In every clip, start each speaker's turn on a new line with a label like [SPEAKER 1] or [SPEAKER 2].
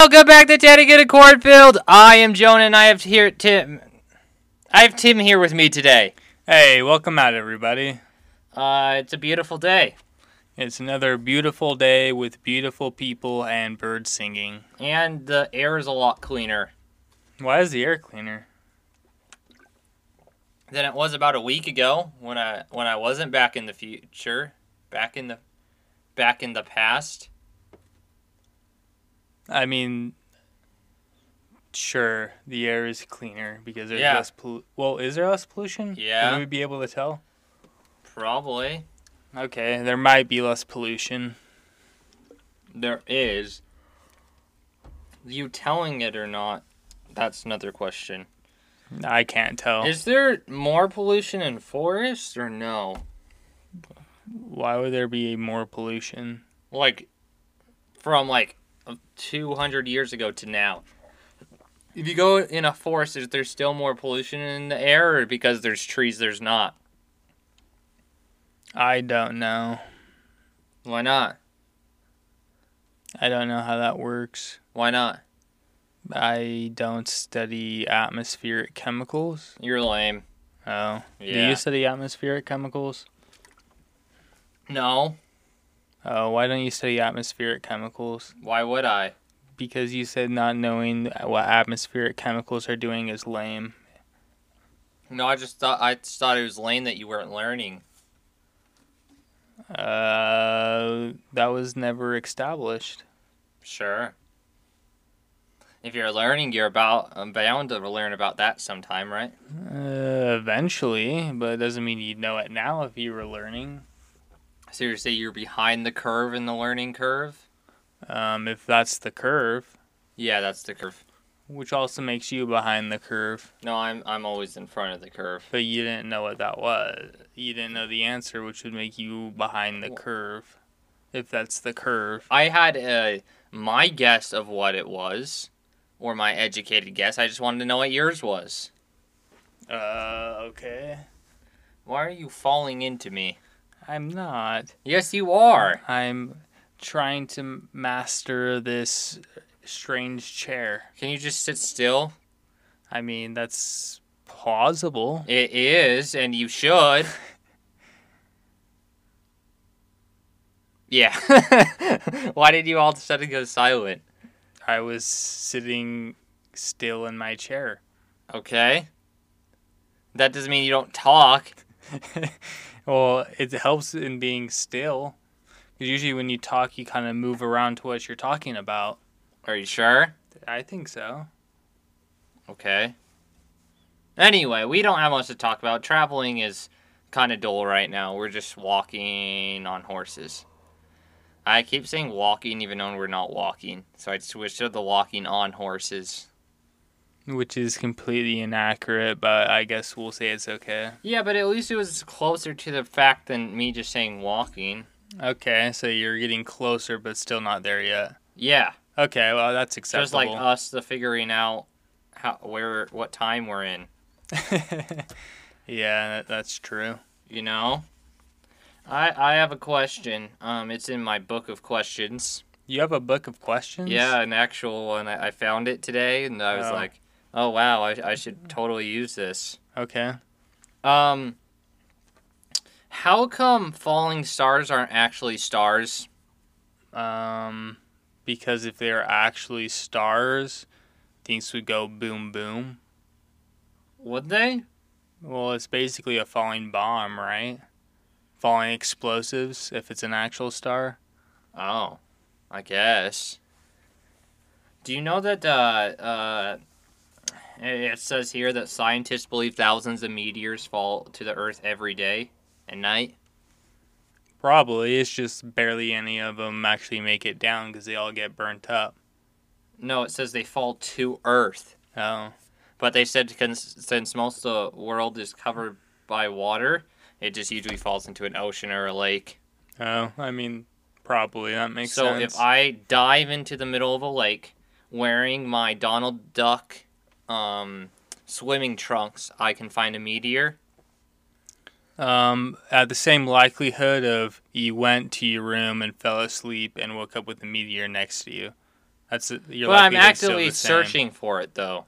[SPEAKER 1] Welcome back to Teddy Get a Cornfield. I am Jonah, and I have here Tim. I have Tim here with me today.
[SPEAKER 2] Hey, welcome out, everybody.
[SPEAKER 1] Uh, it's a beautiful day,
[SPEAKER 2] It's another beautiful day with beautiful people and birds singing.
[SPEAKER 1] and the air is a lot cleaner
[SPEAKER 2] Why is the air cleaner?
[SPEAKER 1] than it was about a week ago when I when I wasn't back in the future, back in the back in the past.
[SPEAKER 2] I mean, sure, the air is cleaner because there's
[SPEAKER 1] Yeah.
[SPEAKER 2] less pollution. Well, is there less pollution?
[SPEAKER 1] Yeah.
[SPEAKER 2] Would we be able to tell?
[SPEAKER 1] Probably
[SPEAKER 2] Okay, there might be less pollution.
[SPEAKER 1] there is. You telling it or not? That's another question.
[SPEAKER 2] I can't tell.
[SPEAKER 1] Is there more pollution in forests or no?
[SPEAKER 2] Why would there be more pollution?
[SPEAKER 1] like from like 200 years ago to now if you go in a forest is there still more pollution in the air or because there's trees there's not
[SPEAKER 2] I don't know.
[SPEAKER 1] why not
[SPEAKER 2] I don't know how that works.
[SPEAKER 1] why not
[SPEAKER 2] I don't study atmospheric chemicals.
[SPEAKER 1] you're lame
[SPEAKER 2] Oh. Do
[SPEAKER 1] Yeah.
[SPEAKER 2] you study atmospheric chemicals?
[SPEAKER 1] no
[SPEAKER 2] Oh, why don't you study atmospheric chemicals?
[SPEAKER 1] why would i
[SPEAKER 2] Because you said not knowing what atmospheric chemicals are doing is lame.
[SPEAKER 1] no i just thought i just thought it was lame that you weren't learning
[SPEAKER 2] Uh, that was never established.
[SPEAKER 1] sure if you're learning you're about um, bound to learn about that sometime right
[SPEAKER 2] Uh, eventually, but it doesn't mean you'd know it now if you were learning.
[SPEAKER 1] seriously you're behind the curve in the learning curve
[SPEAKER 2] Um, if that's the curve,
[SPEAKER 1] yeah that's the curve
[SPEAKER 2] which also makes you behind the curve,
[SPEAKER 1] no i'm i'm always in front of the curve
[SPEAKER 2] but you didn't know what that was. You didn't know the answer, which would make you behind the curve. If that's the curve.
[SPEAKER 1] I had uh, my guess of what it was, or my educated guess. I just wanted to know what yours was.
[SPEAKER 2] Uh, okay.
[SPEAKER 1] Why are you falling into me?
[SPEAKER 2] I'm not.
[SPEAKER 1] Yes, you are.
[SPEAKER 2] I'm trying to master this strange chair.
[SPEAKER 1] Can you just sit still?
[SPEAKER 2] I mean, that's plausible.
[SPEAKER 1] It is, and you should. yeah. Why did you all of a sudden go silent?
[SPEAKER 2] I was sitting still in my chair.
[SPEAKER 1] Okay. That doesn't mean you don't talk.
[SPEAKER 2] well, it helps in being still. Because usually when you talk, you kind of move around to what you're talking about.
[SPEAKER 1] Are you sure?
[SPEAKER 2] I think so.
[SPEAKER 1] Okay. Anyway, we don't have much to talk about. Traveling is kind of dull right now. We're just walking on horses. I keep saying walking even though we're not walking. So I switched to the walking on horses.
[SPEAKER 2] Which is completely inaccurate, but I guess we'll say it's okay.
[SPEAKER 1] Yeah, but at least it was closer to the fact than me just saying walking.
[SPEAKER 2] Okay, so you're getting closer, but still not there yet.
[SPEAKER 1] Yeah,
[SPEAKER 2] Okay, well, that's acceptable.
[SPEAKER 1] just like uh, us the figuring out how where what time we're in,
[SPEAKER 2] yeah, that, that's true.
[SPEAKER 1] you know? I I have a question. Um it's in my book of questions.
[SPEAKER 2] You have a book of questions?
[SPEAKER 1] Yeah, an actual one. I I found it today, and I was
[SPEAKER 2] Oh.
[SPEAKER 1] like, "Oh wow, I, I should totally use this."
[SPEAKER 2] Okay.
[SPEAKER 1] Um, how come falling stars aren't actually stars?
[SPEAKER 2] Um, because if they are actually stars, things would go boom boom.
[SPEAKER 1] Would they?
[SPEAKER 2] Well, it's basically a falling bomb, right? Falling explosives if it's an actual star.
[SPEAKER 1] Oh, I guess. Do you know that? Uh, uh, it it says here that scientists believe thousands of meteors fall to the Earth every day and night.
[SPEAKER 2] Probably. It's just barely any of them actually make it down because they all get burnt up.
[SPEAKER 1] No, it says they fall to Earth.
[SPEAKER 2] Oh.
[SPEAKER 1] But they said cons- since most of the world is covered by water, it just usually falls into an ocean or a lake.
[SPEAKER 2] Oh, I mean, probably. That makes
[SPEAKER 1] so
[SPEAKER 2] sense.
[SPEAKER 1] if I dive into the middle of a lake wearing my Donald Duck um, swimming trunks, I can find a meteor.
[SPEAKER 2] Um, at the same likelihood of you went to your room and fell asleep and woke up with a meteor next to you. That's you're
[SPEAKER 1] But I'm
[SPEAKER 2] likely to still
[SPEAKER 1] actively
[SPEAKER 2] the same.
[SPEAKER 1] searching for it though.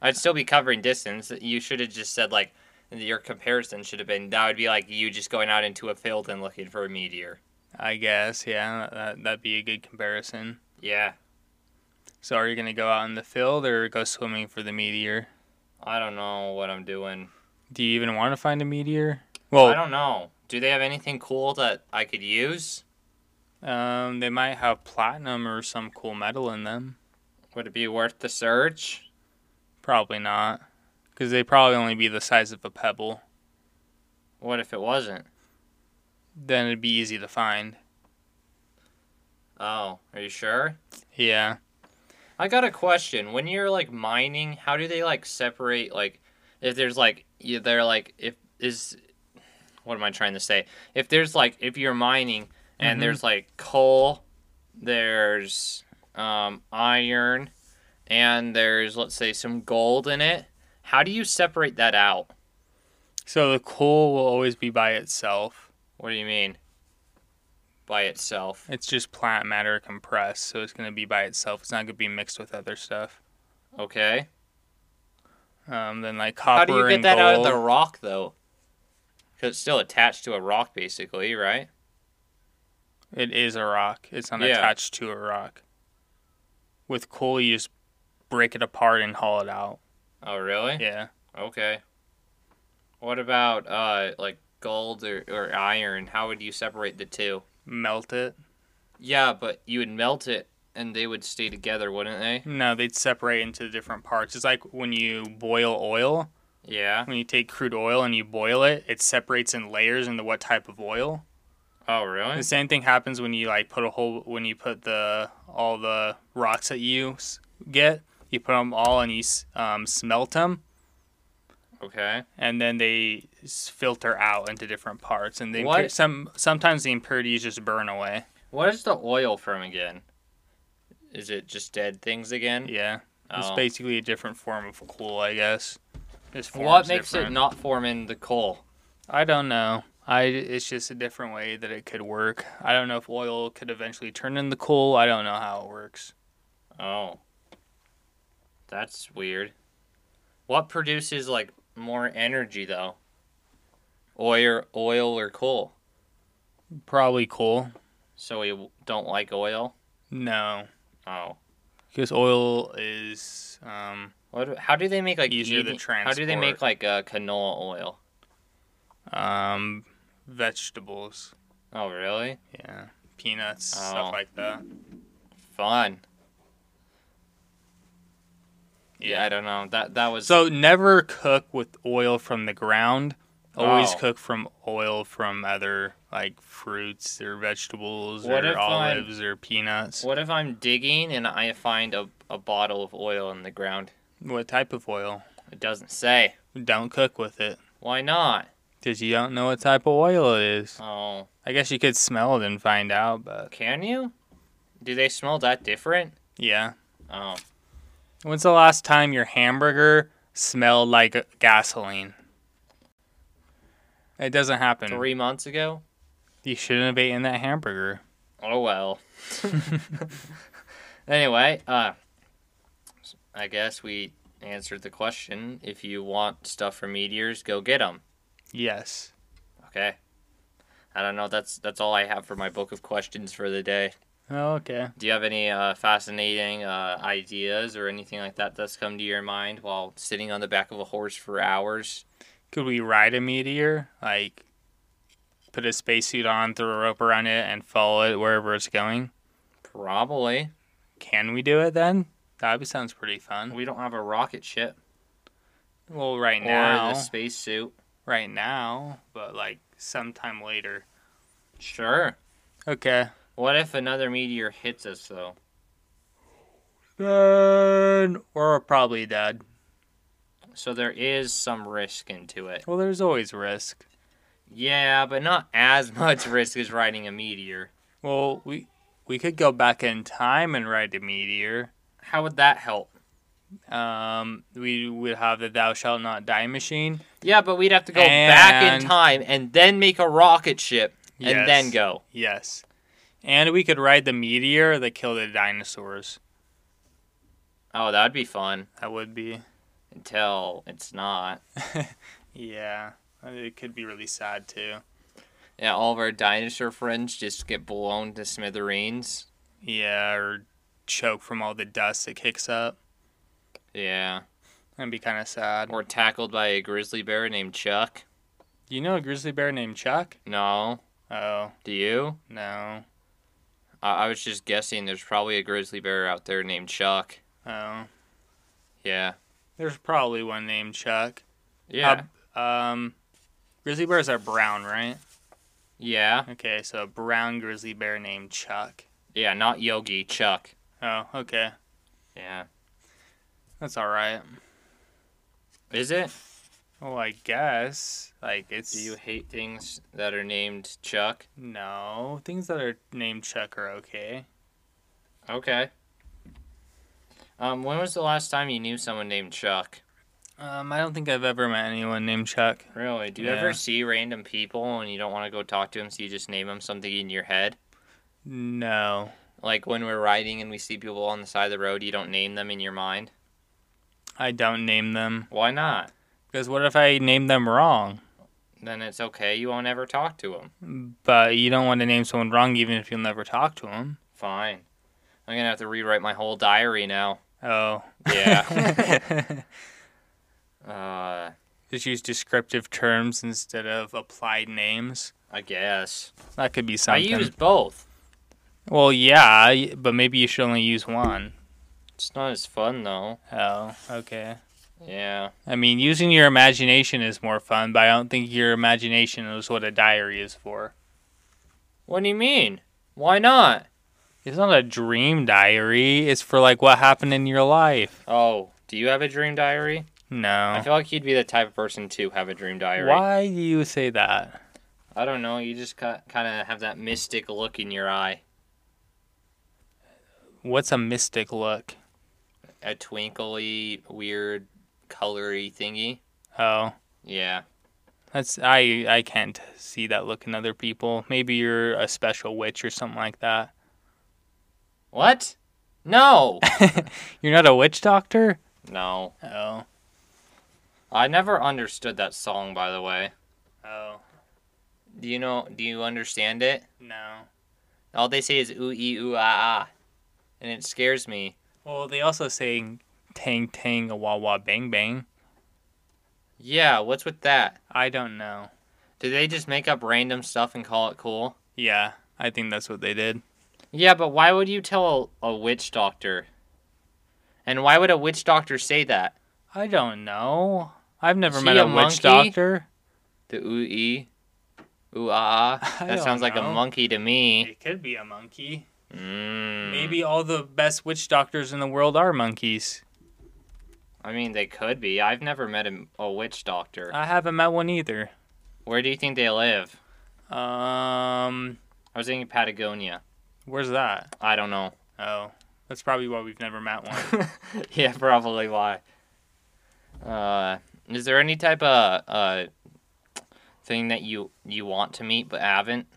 [SPEAKER 1] I'd still be covering distance. You should have just said like your comparison should have been that would be like you just going out into a field and looking for a meteor.
[SPEAKER 2] I guess, yeah, that, that'd be a good comparison.
[SPEAKER 1] Yeah,
[SPEAKER 2] So, are you going to go out in the field or go swimming for the meteor?
[SPEAKER 1] I don't know what I'm doing.
[SPEAKER 2] Do you even want to find a meteor?
[SPEAKER 1] I
[SPEAKER 2] Well,
[SPEAKER 1] don't know. Do they have anything cool that I could use?
[SPEAKER 2] um, they might have platinum or some cool metal in them.
[SPEAKER 1] Would it be worth the search?
[SPEAKER 2] Probably not, because they probably only be the size of a pebble.
[SPEAKER 1] What if it wasn't?
[SPEAKER 2] Then it'd be easy to find.
[SPEAKER 1] Oh, are you sure?
[SPEAKER 2] Yeah.
[SPEAKER 1] I got a question. When you're like mining, how do they like separate like if there's like you- they're like if is what am I trying to say? If there's like if you're mining and
[SPEAKER 2] Mhm.
[SPEAKER 1] there's like coal, there's um, iron, and there's let's say some gold in it. How do you separate that out?
[SPEAKER 2] So the coal will always be by itself.
[SPEAKER 1] What do you mean? By itself.
[SPEAKER 2] It's just plant matter compressed, so it's going to be by itself. It's not going to be mixed with other stuff.
[SPEAKER 1] Okay.
[SPEAKER 2] Um, then like
[SPEAKER 1] How
[SPEAKER 2] copper
[SPEAKER 1] do you get
[SPEAKER 2] and
[SPEAKER 1] that out of
[SPEAKER 2] gold.
[SPEAKER 1] the rock though? Because it's still attached to a rock, basically, right?
[SPEAKER 2] It is a rock. It's not
[SPEAKER 1] Yeah.
[SPEAKER 2] attached to a rock. With coal, you just break it apart and haul it out.
[SPEAKER 1] Oh, really?
[SPEAKER 2] Yeah.
[SPEAKER 1] Okay. What about uh like gold or, or iron? How would you separate the two?
[SPEAKER 2] Melt it.
[SPEAKER 1] Yeah, but you would melt it and they would stay together, wouldn't they?
[SPEAKER 2] No, they'd separate into different parts. It's like when you boil oil.
[SPEAKER 1] Yeah.
[SPEAKER 2] When you take crude oil and you boil it, it separates in layers into what type of oil.
[SPEAKER 1] Oh, really?
[SPEAKER 2] The same thing happens when you like put a whole when you put the all the rocks that you s- get, you put them all and you s- um, smelt them,
[SPEAKER 1] Okay.
[SPEAKER 2] and then they s- filter out into different parts. And they
[SPEAKER 1] What-
[SPEAKER 2] impur- some sometimes the impurities just burn away.
[SPEAKER 1] What is the oil from again? Is it just dead things again?
[SPEAKER 2] Yeah, it's
[SPEAKER 1] Oh.
[SPEAKER 2] basically a different form of coal, I guess. Just
[SPEAKER 1] What
[SPEAKER 2] forms
[SPEAKER 1] makes it
[SPEAKER 2] different.
[SPEAKER 1] not form in the coal?
[SPEAKER 2] I don't know. I it's just a different way that it could work. I don't know if oil could eventually turn into coal. I don't know how it works.
[SPEAKER 1] Oh. That's weird. What produces like more energy though? Oil, oil or coal?
[SPEAKER 2] Probably coal.
[SPEAKER 1] So we w- don't like oil.
[SPEAKER 2] No.
[SPEAKER 1] Oh,
[SPEAKER 2] Because oil is um,
[SPEAKER 1] what? How do they make like
[SPEAKER 2] Easier to
[SPEAKER 1] eating- How do they make
[SPEAKER 2] transport.
[SPEAKER 1] like uh, canola oil?
[SPEAKER 2] um, vegetables,
[SPEAKER 1] Oh, really?
[SPEAKER 2] yeah, peanuts,
[SPEAKER 1] Oh.
[SPEAKER 2] stuff like that.
[SPEAKER 1] Fun. Yeah, I don't know. That that was
[SPEAKER 2] So never cook with oil from the ground. Always
[SPEAKER 1] Oh.
[SPEAKER 2] cook from oil from other like fruits or vegetables
[SPEAKER 1] What if
[SPEAKER 2] or
[SPEAKER 1] I'm-
[SPEAKER 2] olives or peanuts. What,
[SPEAKER 1] What if I'm digging and I find a, a bottle of oil in the ground?
[SPEAKER 2] type of oil?
[SPEAKER 1] It doesn't say.
[SPEAKER 2] Don't cook with it
[SPEAKER 1] Why not?
[SPEAKER 2] because you don't know what type of oil it is.
[SPEAKER 1] Oh,
[SPEAKER 2] I guess you could smell it and find out, but
[SPEAKER 1] can you? Do they smell that different?
[SPEAKER 2] yeah.
[SPEAKER 1] Oh,
[SPEAKER 2] When's the last time your hamburger smelled like gasoline? It doesn't happen.
[SPEAKER 1] three months ago.
[SPEAKER 2] You shouldn't have eaten that hamburger.
[SPEAKER 1] Oh well. anyway, uh, I guess we answered the question. If you want stuff from meteors, go get them.
[SPEAKER 2] Yes.
[SPEAKER 1] Okay. I don't know. That's that's all I have for my book of questions for the day.
[SPEAKER 2] Oh, okay.
[SPEAKER 1] Do you have any uh, fascinating uh, ideas or anything like that that's come to your mind while sitting on the back of a horse for hours?
[SPEAKER 2] Could we ride a meteor? Like, put a spacesuit on, throw a rope around it, and follow it wherever it's going?
[SPEAKER 1] Probably.
[SPEAKER 2] Can we do it then? That would- sounds pretty fun.
[SPEAKER 1] We don't have a rocket ship
[SPEAKER 2] Well, right
[SPEAKER 1] or
[SPEAKER 2] now,
[SPEAKER 1] the spacesuit.
[SPEAKER 2] right now, but like sometime later.
[SPEAKER 1] Sure.
[SPEAKER 2] Okay.
[SPEAKER 1] What if another meteor hits us though?
[SPEAKER 2] Then we're probably dead.
[SPEAKER 1] So there is some risk into it.
[SPEAKER 2] Well, there's always risk.
[SPEAKER 1] Yeah, but not as much risk as riding a meteor.
[SPEAKER 2] Well, we we could go back in time and ride the meteor.
[SPEAKER 1] How would that help?
[SPEAKER 2] Um, we would have the "Thou shalt not die" machine.
[SPEAKER 1] Yeah, but we'd have to go back in
[SPEAKER 2] And-
[SPEAKER 1] time and then make a rocket ship and
[SPEAKER 2] Yes.
[SPEAKER 1] then go.
[SPEAKER 2] Yes, And we could ride the meteor that killed the dinosaurs.
[SPEAKER 1] Oh, that'd be fun.
[SPEAKER 2] That would be.
[SPEAKER 1] Until it's not.
[SPEAKER 2] Yeah. It could be really sad too.
[SPEAKER 1] Yeah, all of our dinosaur friends just get blown to smithereens.
[SPEAKER 2] Yeah, or choke from all the dust it kicks up.
[SPEAKER 1] Yeah.
[SPEAKER 2] That'd be kind of sad.
[SPEAKER 1] Or tackled by a grizzly bear named Chuck.
[SPEAKER 2] Do you know a grizzly bear named Chuck?
[SPEAKER 1] No.
[SPEAKER 2] Oh,
[SPEAKER 1] Do you?
[SPEAKER 2] no.
[SPEAKER 1] I, I was just guessing there's probably a grizzly bear out there named Chuck.
[SPEAKER 2] Oh.
[SPEAKER 1] Yeah.
[SPEAKER 2] There's probably one named Chuck.
[SPEAKER 1] Yeah.
[SPEAKER 2] Um, grizzly bears are brown, right?
[SPEAKER 1] yeah.
[SPEAKER 2] Okay, so a brown grizzly bear named Chuck.
[SPEAKER 1] Yeah, not Yogi, Chuck.
[SPEAKER 2] Oh, okay.
[SPEAKER 1] Yeah.
[SPEAKER 2] That's all right.
[SPEAKER 1] Is it?
[SPEAKER 2] Well, I guess like it's
[SPEAKER 1] Do you hate things that are named Chuck?
[SPEAKER 2] no things that are named Chuck are okay.
[SPEAKER 1] Okay. Um, when was the last time you knew someone named Chuck?
[SPEAKER 2] Um, I don't think I've ever met anyone named Chuck.
[SPEAKER 1] Really? Do you
[SPEAKER 2] Yeah.
[SPEAKER 1] ever see random people and you don't want to go talk to them, so you just name them something in your head?
[SPEAKER 2] No,
[SPEAKER 1] Like when we're riding and we see people on the side of the road, you don't name them in your mind?
[SPEAKER 2] I don't name them
[SPEAKER 1] Why not?
[SPEAKER 2] because what if I name them wrong?
[SPEAKER 1] Then it's okay. You won't ever talk to them.
[SPEAKER 2] But you don't want to name someone wrong even if you'll never talk to them.
[SPEAKER 1] Fine. I'm going to have to rewrite my whole diary now.
[SPEAKER 2] Oh.
[SPEAKER 1] Yeah. uh,
[SPEAKER 2] Just use descriptive terms instead of applied names.
[SPEAKER 1] I guess.
[SPEAKER 2] That could be something.
[SPEAKER 1] I use both.
[SPEAKER 2] Well, yeah, y- but maybe you should only use one.
[SPEAKER 1] It's not as fun though.
[SPEAKER 2] Oh, okay.
[SPEAKER 1] Yeah.
[SPEAKER 2] I mean, using your imagination is more fun, but I don't think your imagination is what a diary is for.
[SPEAKER 1] What do you mean? Why not?
[SPEAKER 2] It's not a dream diary. It's for like what happened in your life.
[SPEAKER 1] Oh, do you have a dream diary? I
[SPEAKER 2] No.
[SPEAKER 1] feel like you'd be the type of person to have a dream diary.
[SPEAKER 2] Why do you say that?
[SPEAKER 1] I don't know. You just kind of have that mystic look in your eye,
[SPEAKER 2] What's a mystic look?
[SPEAKER 1] a twinkly, weird, colory thingy.
[SPEAKER 2] Oh,
[SPEAKER 1] Yeah.
[SPEAKER 2] that's I I can't see that look in other people. Maybe you're a special witch or something like that.
[SPEAKER 1] What? No.
[SPEAKER 2] You're not a witch doctor?
[SPEAKER 1] no.
[SPEAKER 2] Oh.
[SPEAKER 1] I never understood that song, by the way.
[SPEAKER 2] Oh.
[SPEAKER 1] Do you know? Do you understand it?
[SPEAKER 2] No.
[SPEAKER 1] All they say is ooh ee ooh ah ah, and it scares me.
[SPEAKER 2] Well, they also say tang tang a wah wah bang bang.
[SPEAKER 1] Yeah, what's with that?
[SPEAKER 2] I don't know.
[SPEAKER 1] Do they just make up random stuff and call it cool?
[SPEAKER 2] Yeah, I think that's what they did.
[SPEAKER 1] Yeah, but why would you tell a, a witch doctor? And why would a witch doctor say that?
[SPEAKER 2] I don't know. I've never
[SPEAKER 1] Is
[SPEAKER 2] met
[SPEAKER 1] he
[SPEAKER 2] a,
[SPEAKER 1] a monkey?
[SPEAKER 2] witch doctor.
[SPEAKER 1] The ooh ee, ooh ah ah.
[SPEAKER 2] I
[SPEAKER 1] That
[SPEAKER 2] don't
[SPEAKER 1] sounds like a
[SPEAKER 2] know.
[SPEAKER 1] monkey to me.
[SPEAKER 2] It could be a monkey.
[SPEAKER 1] Mm.
[SPEAKER 2] Maybe all the best witch doctors in the world are monkeys.
[SPEAKER 1] I mean, they could be. I've never met a, a witch doctor.
[SPEAKER 2] I haven't met one either.
[SPEAKER 1] Where do you think they live?
[SPEAKER 2] Um,
[SPEAKER 1] I was thinking Patagonia.
[SPEAKER 2] where's that?
[SPEAKER 1] I don't know.
[SPEAKER 2] Oh, that's probably why we've never met one.
[SPEAKER 1] yeah, probably why. Uh, is there any type of uh, thing that you you want to meet but haven't?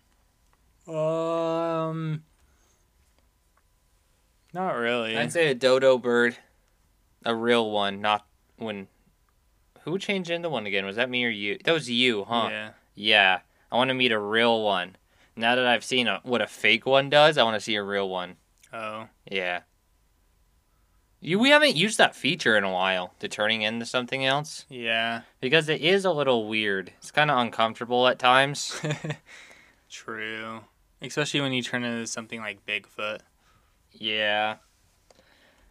[SPEAKER 2] um, not really.
[SPEAKER 1] I'd say a dodo bird, a real one, not when. Who changed into one again? Was that me or you? That was you, huh? Yeah.
[SPEAKER 2] Yeah.
[SPEAKER 1] I want to meet a real one. Now that I've seen a, what a fake one does, I want to see a real one.
[SPEAKER 2] Oh.
[SPEAKER 1] Yeah. You, we haven't used that feature in a while, the turning into something else.
[SPEAKER 2] Yeah.
[SPEAKER 1] because it is a little weird. It's kind of uncomfortable at times.
[SPEAKER 2] True. Especially when you turn into something like Bigfoot.
[SPEAKER 1] yeah.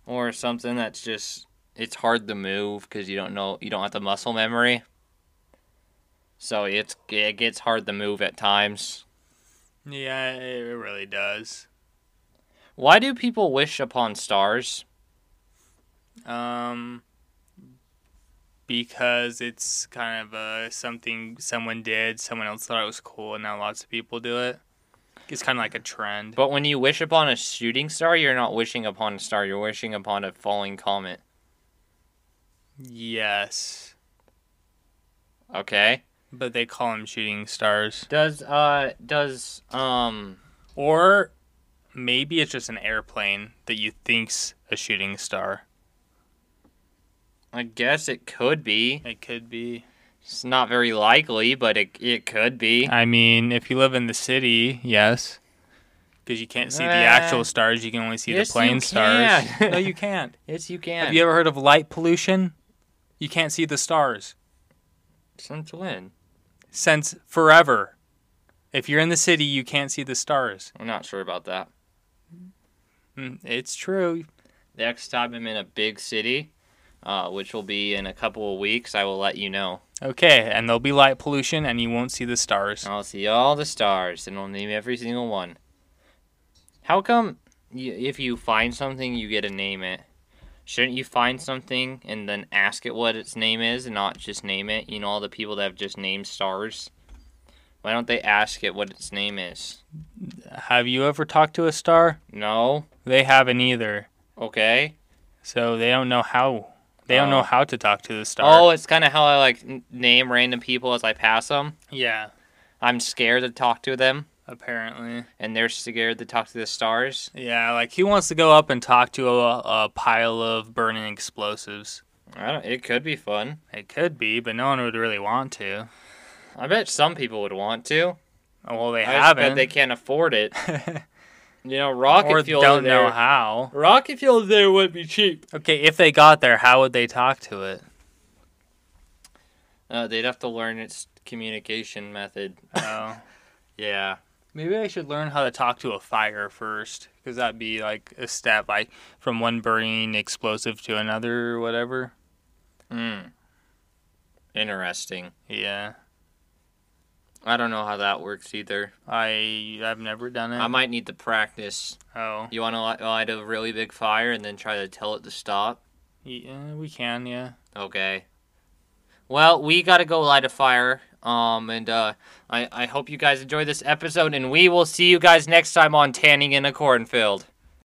[SPEAKER 1] Or something that's just it's hard to move because you don't know you don't have the muscle memory. So it's it gets hard to move at times.
[SPEAKER 2] Yeah, it it really does.
[SPEAKER 1] Why do people wish upon stars?
[SPEAKER 2] Um, because it's kind of uh, something someone did, someone else thought it was cool, and now lots of people do it. It's kind of like a trend.
[SPEAKER 1] But when you wish upon a shooting star, you're not wishing upon a star. You're wishing upon a falling comet.
[SPEAKER 2] Yes.
[SPEAKER 1] Okay.
[SPEAKER 2] But they call them shooting stars.
[SPEAKER 1] Does uh does um
[SPEAKER 2] Or maybe it's just an airplane that you think's a shooting star.
[SPEAKER 1] I guess it could be.
[SPEAKER 2] It could be.
[SPEAKER 1] It's not very likely, but it, it could be.
[SPEAKER 2] I mean, if you live in the city, yes. Because you can't see the
[SPEAKER 1] Uh,
[SPEAKER 2] actual stars, Eh. you can only see
[SPEAKER 1] yes,
[SPEAKER 2] the plane
[SPEAKER 1] you
[SPEAKER 2] stars.
[SPEAKER 1] can.
[SPEAKER 2] no, you can't.
[SPEAKER 1] Yes, you
[SPEAKER 2] Have
[SPEAKER 1] can.
[SPEAKER 2] you ever heard of light pollution? You can't see the stars
[SPEAKER 1] Since when?
[SPEAKER 2] since forever. If you're in the city, you can't see the stars.
[SPEAKER 1] I'm not sure about that.
[SPEAKER 2] Mm, It's true.
[SPEAKER 1] The next time I'm in a big city, uh, which will be in a couple of weeks, I will let you know.
[SPEAKER 2] Okay, and there'll be light pollution, and you won't see the stars.
[SPEAKER 1] I'll see all the stars and I'll name every single one. How come you, if you find something, you get to name it? Shouldn't you find something and then ask it what its name is and not just name it? You know, all the people that have just named stars? Why don't they ask it what its name is?
[SPEAKER 2] Have you ever talked to a star?
[SPEAKER 1] No?
[SPEAKER 2] They haven't either.
[SPEAKER 1] Okay.
[SPEAKER 2] So they don't know how. They don't
[SPEAKER 1] Oh.
[SPEAKER 2] know how to talk to the
[SPEAKER 1] Oh,
[SPEAKER 2] star.
[SPEAKER 1] it's kind of how I like n- name random people as I pass them.
[SPEAKER 2] yeah.
[SPEAKER 1] I'm scared to talk to them,
[SPEAKER 2] Apparently.
[SPEAKER 1] and they're scared to talk to the stars.
[SPEAKER 2] Yeah, like he wants to go up and talk to a, a pile of burning explosives.
[SPEAKER 1] I don't, it could be fun.
[SPEAKER 2] It could be, but no one would really want to.
[SPEAKER 1] I bet some people would want to.
[SPEAKER 2] Well, they
[SPEAKER 1] I just bet
[SPEAKER 2] haven't.
[SPEAKER 1] they can't afford it. You know, rocket
[SPEAKER 2] or
[SPEAKER 1] fuel
[SPEAKER 2] don't
[SPEAKER 1] there.
[SPEAKER 2] know how.
[SPEAKER 1] rocket fuel there would be cheap.
[SPEAKER 2] Okay, if they got there, how would they talk to it?
[SPEAKER 1] Uh, they'd have to learn its communication method.
[SPEAKER 2] Oh.
[SPEAKER 1] Yeah.
[SPEAKER 2] Maybe I should learn how to talk to a fire first, because that'd be like a step, like from one burning explosive to another, or whatever.
[SPEAKER 1] Hmm. Interesting.
[SPEAKER 2] Yeah,
[SPEAKER 1] I don't know how that works either.
[SPEAKER 2] I I've never done it.
[SPEAKER 1] I might need to practice.
[SPEAKER 2] oh,
[SPEAKER 1] You want to light a really big fire and then try to tell it to stop?
[SPEAKER 2] yeah, eh, we can, yeah.
[SPEAKER 1] Okay. Well, we gotta go light a fire. Um, and uh, I I hope you guys enjoy this episode, and we will see you guys next time on Tanning in a Cornfield.